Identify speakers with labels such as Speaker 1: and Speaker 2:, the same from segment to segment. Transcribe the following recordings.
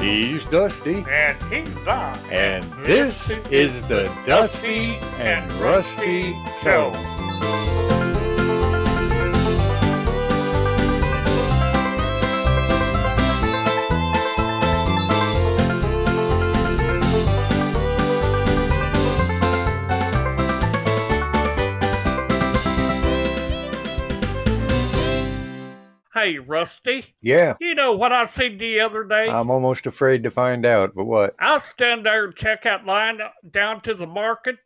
Speaker 1: He's Dusty,
Speaker 2: And he's Bob.
Speaker 1: and this is the Dusty and Rusty Show.
Speaker 2: Hey, Rusty.
Speaker 1: Yeah,
Speaker 2: You know what I seen the other day?
Speaker 1: I'm almost afraid to find out, but what?
Speaker 2: I stand there and check out line down to the market,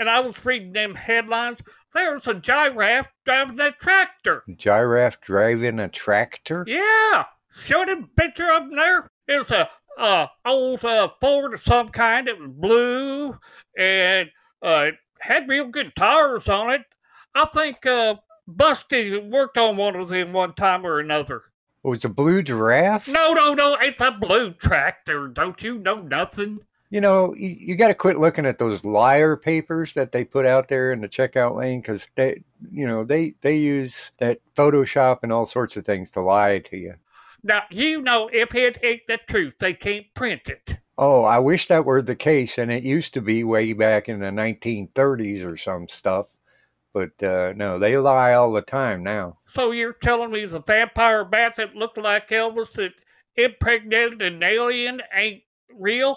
Speaker 2: and I was reading them headlines. There's a giraffe driving a tractor.
Speaker 1: Giraffe driving a tractor?
Speaker 2: Yeah, show them picture up there. It's a uh, old uh, Ford of some kind. It was blue and uh, it had real good tires on it. I think uh, Busty worked on one of them one time or another.
Speaker 1: Oh, it's a blue giraffe?
Speaker 2: No, no, no. It's a blue tractor. Don't you know nothing?
Speaker 1: You know, you, you got to quit looking at those liar papers that they put out there in the checkout lane because they, you know, they they use that Photoshop and all sorts of things to lie to you.
Speaker 2: Now, you know, if it ain't the truth, they can't print it.
Speaker 1: Oh, I wish that were the case, and it used to be way back in the 1930s or some stuff. But uh, no, they lie all the time now.
Speaker 2: So you're telling me the vampire bat that looked like Elvis that impregnated an alien ain't real?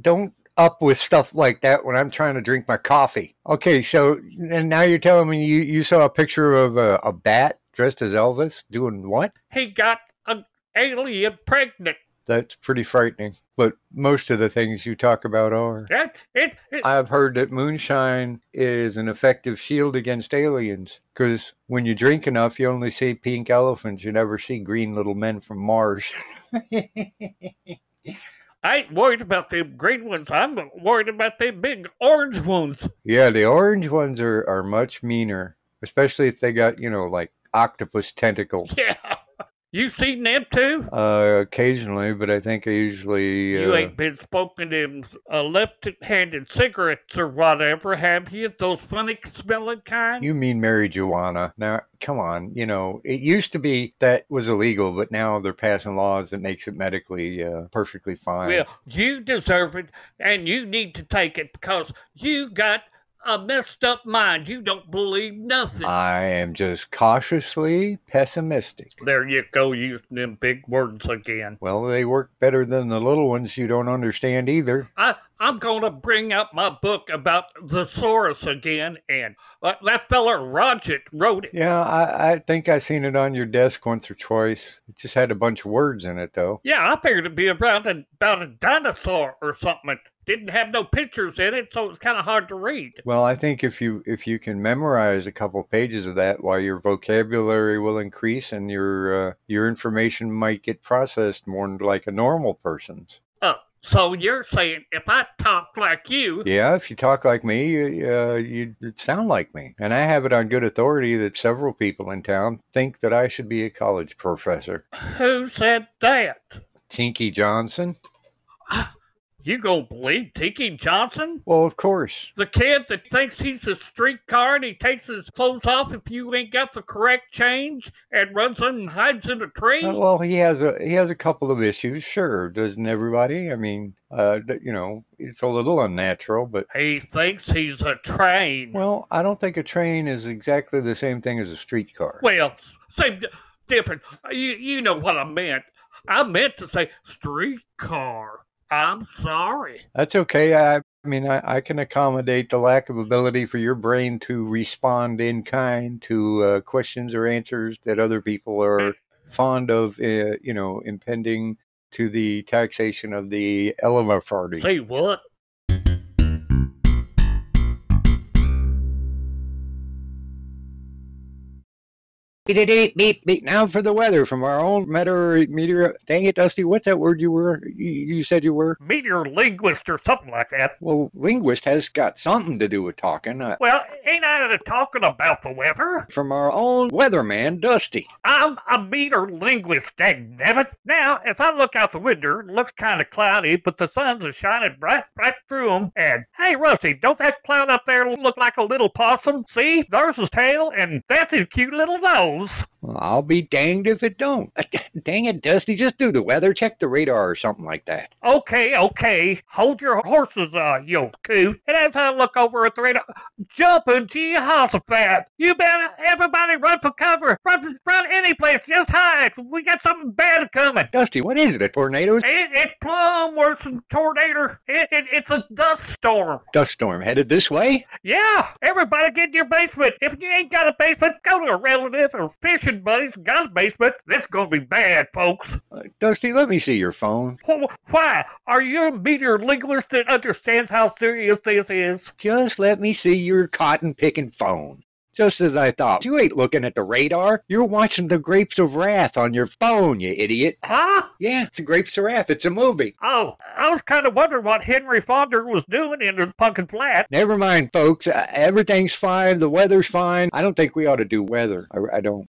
Speaker 1: Don't up with stuff like that when I'm trying to drink my coffee. Okay, so and now you're telling me you, you saw a picture of a, a bat dressed as Elvis doing what?
Speaker 2: He got an alien pregnant.
Speaker 1: That's pretty frightening. But most of the things you talk about are.
Speaker 2: That it, it
Speaker 1: I've heard that moonshine is an effective shield against aliens because when you drink enough, you only see pink elephants. You never see green little men from Mars.
Speaker 2: I ain't worried about them green ones. I'm worried about them big orange ones.
Speaker 1: yeah, the orange ones are, are much meaner, especially if they got, you know, like octopus tentacles.
Speaker 2: Yeah. You seen them too?
Speaker 1: Uh, occasionally, but I think I usually. Uh,
Speaker 2: You ain't been smoking them uh, left-handed cigarettes or whatever, have you? Those funny-smelling kind.
Speaker 1: You mean marijuana? Now, come on. You know, it used to be that was illegal, but now they're passing laws that makes it medically uh, perfectly fine.
Speaker 2: Well, you deserve it, and you need to take it because you got a messed up mind. You don't believe nothing.
Speaker 1: I am just cautiously pessimistic.
Speaker 2: there you go, using them big words again.
Speaker 1: Well, they work better than the little ones you don't understand either.
Speaker 2: I, I'm going to bring up my book about the Saurus again, and uh, that fella Roget wrote it.
Speaker 1: Yeah, I, I think I seen it on your desk once or twice. It just had a bunch of words in it, though.
Speaker 2: Yeah, I figured it'd be around a, about a dinosaur or something. It didn't have no pictures in it, so it's kind of hard to read.
Speaker 1: Well, I think if you if you can memorize a couple pages of that, while your vocabulary will increase and your uh, your information might get processed more like a normal person's.
Speaker 2: Uh, so you're saying if I talk like you,
Speaker 1: Yeah, if you talk like me, you, uh, you'd you'd sound like me. And I have it on good authority that several people in town think that I should be a college professor.
Speaker 2: who said that?
Speaker 1: Tinky Johnson?
Speaker 2: You gonna believe Tiki Johnson?
Speaker 1: Well, of course.
Speaker 2: The kid that thinks he's a streetcar and he takes his clothes off if you ain't got the correct change and runs in and hides in a tree?
Speaker 1: Uh, Well, he has a he has a couple of issues, sure, doesn't everybody? I mean, uh, th- you know, it's a little unnatural, but
Speaker 2: He thinks he's a train. Well,
Speaker 1: well, I don't think a train is exactly the same thing as a streetcar.
Speaker 2: s- same di- different. Uh, You you know what I meant. I meant to say streetcar. I'm sorry.
Speaker 1: That's okay. I, I mean, I, I can accommodate the lack of ability for your brain to respond in kind to uh, questions or answers that other people are fond of, uh, you know, impending to the taxation of the Elema party.
Speaker 2: See what?
Speaker 1: Beep, beep, beep. Now for the weather from our own meteor, meteor. Dang it, Dusty! What's that word you were? You, you said you were.
Speaker 2: Meteor linguist or something like that.
Speaker 1: Well, linguist has got something to do with talking. Uh,
Speaker 2: Well, ain't I talking about the weather?
Speaker 1: from our own weatherman, Dusty.
Speaker 2: I'm a meter linguist, dagnabbit. Now, as I look out the window, it looks kind of cloudy, but the sun's a shining bright, right through 'em. And hey, Rusty, don't that cloud up there look like a little possum? See, there's his tail, and that's his cute little nose. knows?
Speaker 1: Well, I'll be danged if it don't. Dang it, Dusty, just do the weather, check the radar or something like that.
Speaker 2: Okay, okay. Hold your horses, uh, yo coot. And as I look over at the radar, jumping Jehoshaphat. You better, everybody run for cover. Run, run any place. Just hide. We got something bad coming.
Speaker 1: Dusty, what is it? A tornado?
Speaker 2: It, it's plumb worse than tornado. It, it, it's a dust storm.
Speaker 1: Dust storm headed this way?
Speaker 2: Yeah, everybody get in your basement. If you ain't got a basement, go to a relative or fishing buddies got a basement. This is gonna be bad, folks.
Speaker 1: Uh, Dusty, let me see your phone.
Speaker 2: Wh- Why? Are you a meteor linguist that understands how serious this is?
Speaker 1: Just let me see your cotton picking phone. Just as I thought. You ain't looking at the radar. You're watching the Grapes of Wrath on your phone, you idiot.
Speaker 2: Huh?
Speaker 1: Yeah, it's the Grapes of Wrath. It's a movie.
Speaker 2: Oh, I was kind of wondering what Henry Fonda was doing in his pumpkin flat.
Speaker 1: Never mind, folks. Uh, Everything's fine. The weather's fine. I don't think we ought to do weather. I, I don't.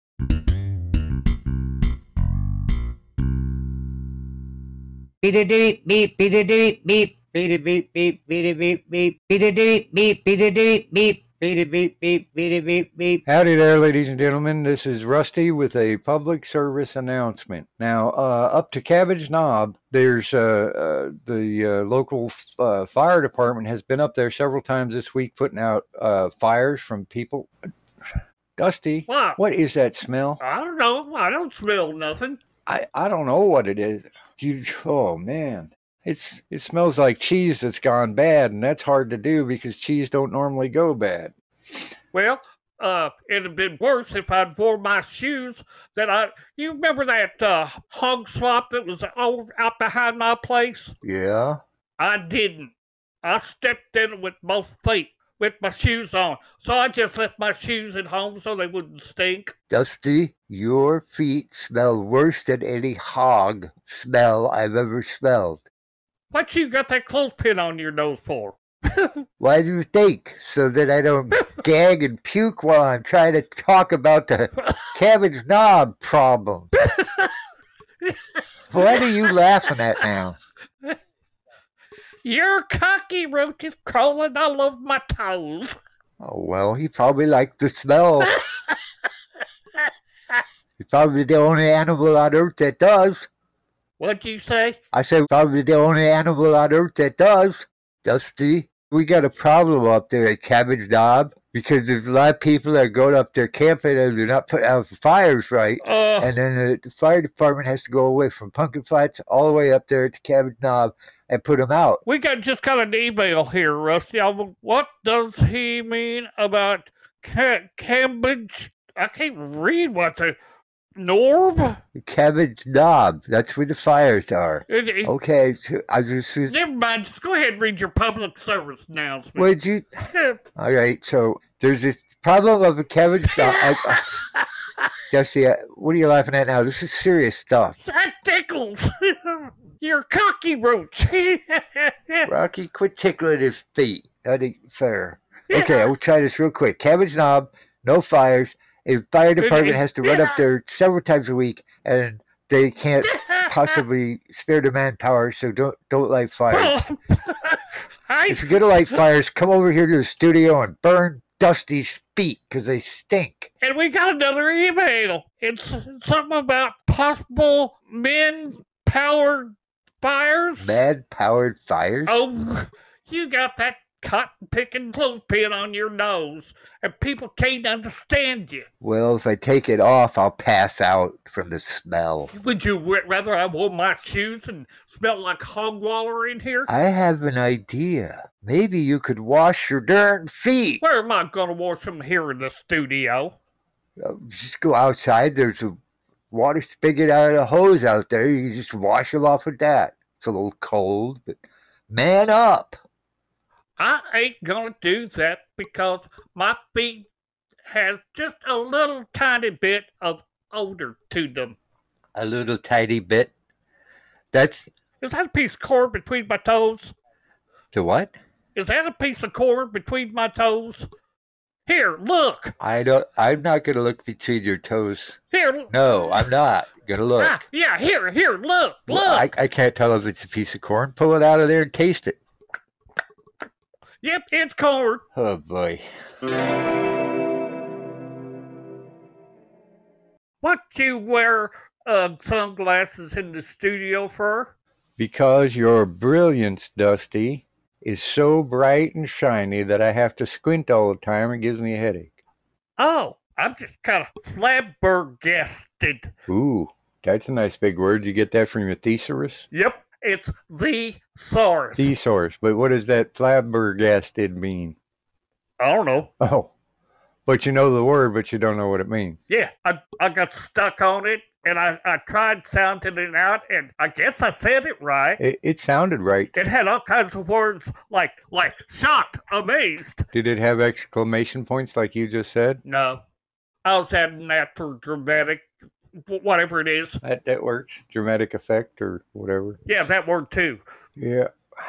Speaker 3: Beep a doop beep beep a doop beep beep a beep beep beep a beep beep beep a doop beep beep a doop beep beep a beep beep beep a beep beep.
Speaker 1: Howdy there, ladies and gentlemen. This is Rusty with a public service announcement. Now, uh, up to Cabbage Knob, there's uh, uh, the uh, local f- uh, fire department has been up there several times this week putting out uh, fires from people. Dusty,
Speaker 2: Wow.
Speaker 1: what is that smell?
Speaker 2: I don't know. I don't smell nothing.
Speaker 1: I, I don't know what it is. You, oh man, it's it smells like cheese that's gone bad, and that's hard to do because cheese don't normally go bad.
Speaker 2: Well, uh, it'd have been worse if I'd wore my shoes that I. You remember that uh, hog slop that was over out behind my place?
Speaker 1: Yeah.
Speaker 2: I didn't. I stepped in with both feet with my shoes on. So I just left my shoes at home so they wouldn't stink.
Speaker 1: Dusty, your feet smell worse than any hog smell I've ever smelled.
Speaker 2: What you got that clothespin on your nose for?
Speaker 1: Why do you think? So that I don't gag and puke while I'm trying to talk about the cabbage knob problem. what are you laughing at now?
Speaker 2: Your cockroach is crawling all over my toes.
Speaker 1: Oh, well, he probably liked the smell. He's probably the only animal on earth that does.
Speaker 2: What'd you say?
Speaker 1: I said, probably the only animal on earth that does. Dusty, we got a problem up there at Cabbage Knob because there's a lot of people that go up there camping and they're not putting out fires right.
Speaker 2: Uh,
Speaker 1: And then the- the fire department has to go away from pumpkin flats all the way up there to Cabbage Knob and put them out.
Speaker 2: we got just got an email here, Rusty. I wa- What does he mean about ca- Cambridge? I can't read what the norm.
Speaker 1: Cabbage Knob, that's where the fires are.
Speaker 2: It- it-
Speaker 1: Okay, so I just. just
Speaker 2: Never mind. Just go ahead and read your public service announcement.
Speaker 1: would you All right, so there's this problem of a cabbage knob. I, I- Jesse, I- what are you laughing at now? This is serious stuff.
Speaker 2: that tickles. your cockroach.
Speaker 1: Rocky, quit tickling his feet. That ain't fair. Okay, I will try this real quick. Cabbage knob, no fires. A fire department has to run up there several times a week, and they can't possibly spare the manpower, so don't don't light fires.
Speaker 2: Oh, I
Speaker 1: If you're gonna light fires, come over here to the studio and burn Dusty's feet because they stink.
Speaker 2: And we got another email. It's something about possible men powered fires.
Speaker 1: Mad powered fires.
Speaker 2: Oh, you got that cotton picking clothespin on your nose, and people can't understand you.
Speaker 1: Well, if I take it off, I'll pass out from the smell.
Speaker 2: Would you w- rather I wore my shoes and smelled like hog waller in here?
Speaker 1: I have an idea. Maybe you could wash your darn feet.
Speaker 2: Where am I going to wash them here in the studio?
Speaker 1: Uh, Just go outside. There's a water spigot out of the hose out there. You can just wash them off with that. It's a little cold, but man up.
Speaker 2: I ain't going to do that because my feet has just a little tiny bit of odor to them.
Speaker 1: A little tiny bit. That's
Speaker 2: Is that a piece of corn between my toes?
Speaker 1: the what?
Speaker 2: Is that a piece of corn between my toes? Here, look.
Speaker 1: I don't. I'm not gonna look between your toes.
Speaker 2: Here. l-
Speaker 1: No, I'm not gonna look.
Speaker 2: Ah, yeah, here, here, look, look.
Speaker 1: Well, I, I can't tell if it's a piece of corn. Pull it out of there and taste it.
Speaker 2: yep, it's corn.
Speaker 1: Oh boy.
Speaker 2: What you wear um, sunglasses in the studio for?
Speaker 1: Because your brilliance, Dusty, is so bright and shiny that I have to squint all the time and gives me a headache.
Speaker 2: Oh, I'm just kind of flabbergasted.
Speaker 1: Ooh, that's a nice big word. You get that from your thesaurus?
Speaker 2: Yep, it's the SARS. I
Speaker 1: Thesaurus. But what does that flabbergasted mean?
Speaker 2: I don't know.
Speaker 1: Oh, but you know the word, but you don't know what it means.
Speaker 2: Yeah, I, I got stuck on it and I, I tried sounding it out, and I guess I said it right.
Speaker 1: It, it sounded right.
Speaker 2: It had all kinds of words like like shocked, amazed.
Speaker 1: Did it have exclamation points like you just said?
Speaker 2: No, I was adding that for dramatic, wh- whatever it is.
Speaker 1: That, that works. Dramatic effect or whatever.
Speaker 2: Yeah, that word too.
Speaker 1: Yeah.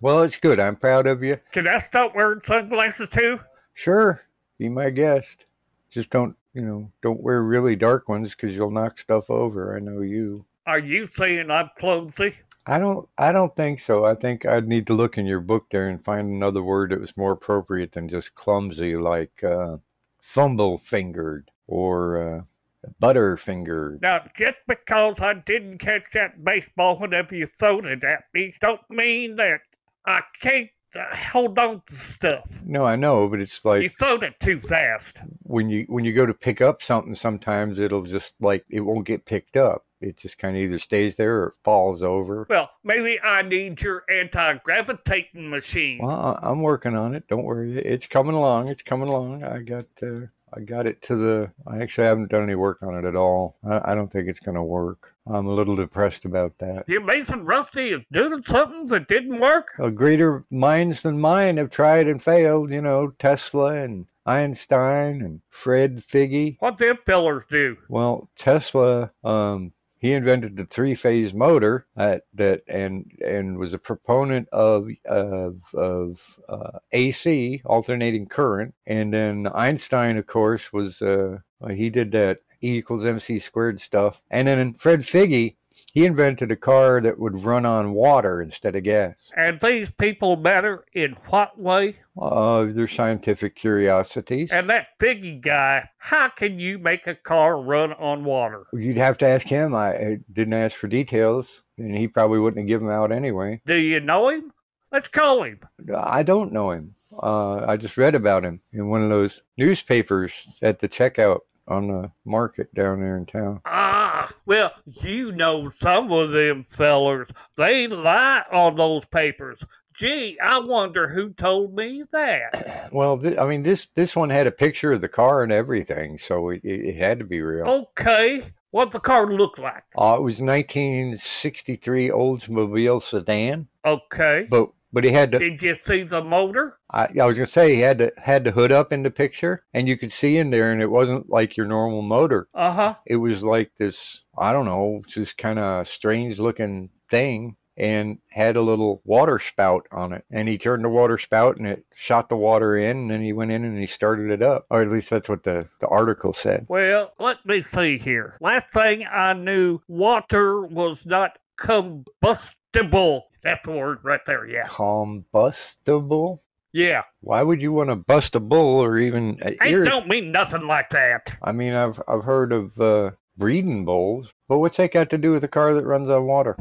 Speaker 1: Well, it's good. I'm proud of you.
Speaker 2: Can I start wearing sunglasses too?
Speaker 1: Sure, be my guest. Just don't, you know, don't wear really dark ones because you'll knock stuff over. I know you.
Speaker 2: Are you saying I'm clumsy?
Speaker 1: I don't. I don't think so. I think I'd need to look in your book there and find another word that was more appropriate than just clumsy, like uh, fumble fingered or uh, butter fingered.
Speaker 2: Now, just because I didn't catch that baseball whenever you thrown it at me, don't mean that I can't uh, hold on to stuff.
Speaker 1: No, I know, but it's like
Speaker 2: You thrown it too fast.
Speaker 1: when you when you go to pick up something sometimes it'll just like it won't get picked up it just kind of either stays there or it falls over
Speaker 2: Well, maybe I need your anti-gravitating machine.
Speaker 1: well I- i'm working on it don't worry it's coming along it's coming along i got uh, i got it to the i actually haven't done any work on it at all i, I don't think it's going to work i'm a little depressed about that
Speaker 2: The amazing Rusty is doing something that didn't work.
Speaker 1: uh, greater minds than mine have tried and failed you know tesla and einstein and fred figge
Speaker 2: What them fellers do?
Speaker 1: Well, Tesla, um, he invented the three-phase motor uh, that and and was a proponent of of, of uh, AC, alternating current. And then Einstein, of course, was uh, uh, he did that E equals mc squared stuff. And then Fred Figge, he invented a car that would run on water instead of gas.
Speaker 2: And these people matter in what way?
Speaker 1: Uh, their scientific curiosities.
Speaker 2: And that Figgy guy, how can you make a car run on water?
Speaker 1: You'd have to ask him. I, I didn't ask for details, and he probably wouldn't have given them out anyway.
Speaker 2: Do you know him? Let's call him.
Speaker 1: I don't know him. Uh, I just read about him in one of those newspapers at the checkout on the market down there in town.
Speaker 2: Ah, well, you know some of them fellers. They lie on those papers. Gee, I wonder who told me that.
Speaker 1: Well, th- I mean this this one had a picture of the car and everything, so it, it, it had to be
Speaker 2: Oh.
Speaker 1: real.
Speaker 2: Okay, what the car look like?
Speaker 1: Uh, it was 1963 Oldsmobile sedan,
Speaker 2: Okay.
Speaker 1: but but he had the
Speaker 2: Did you see the motor?
Speaker 1: I, I was gonna say he had the had the hood up in the picture, and you could see in there, and it wasn't like your normal motor.
Speaker 2: Uh huh.
Speaker 1: it was like this i don't know just kind of strange looking thing and had a little water spout on it and he turned the water spout and it shot the water in and then he went in and he started it up or at least that's what the, the article said
Speaker 2: Well, let me see here. Last thing I knew, water was not combustible. That's the word right there, yeah.
Speaker 1: combustible
Speaker 2: Yeah.
Speaker 1: why would you want to bust a bull or even uh,
Speaker 2: I
Speaker 1: irri-
Speaker 2: don't mean nothing like that.
Speaker 1: i mean i've i've heard of uh breeding bulls but what's that got to do with a car that runs on water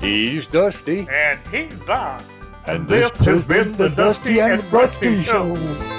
Speaker 1: he's dusty
Speaker 2: And he's not.
Speaker 1: And this has been the Dusty and Rusty Show.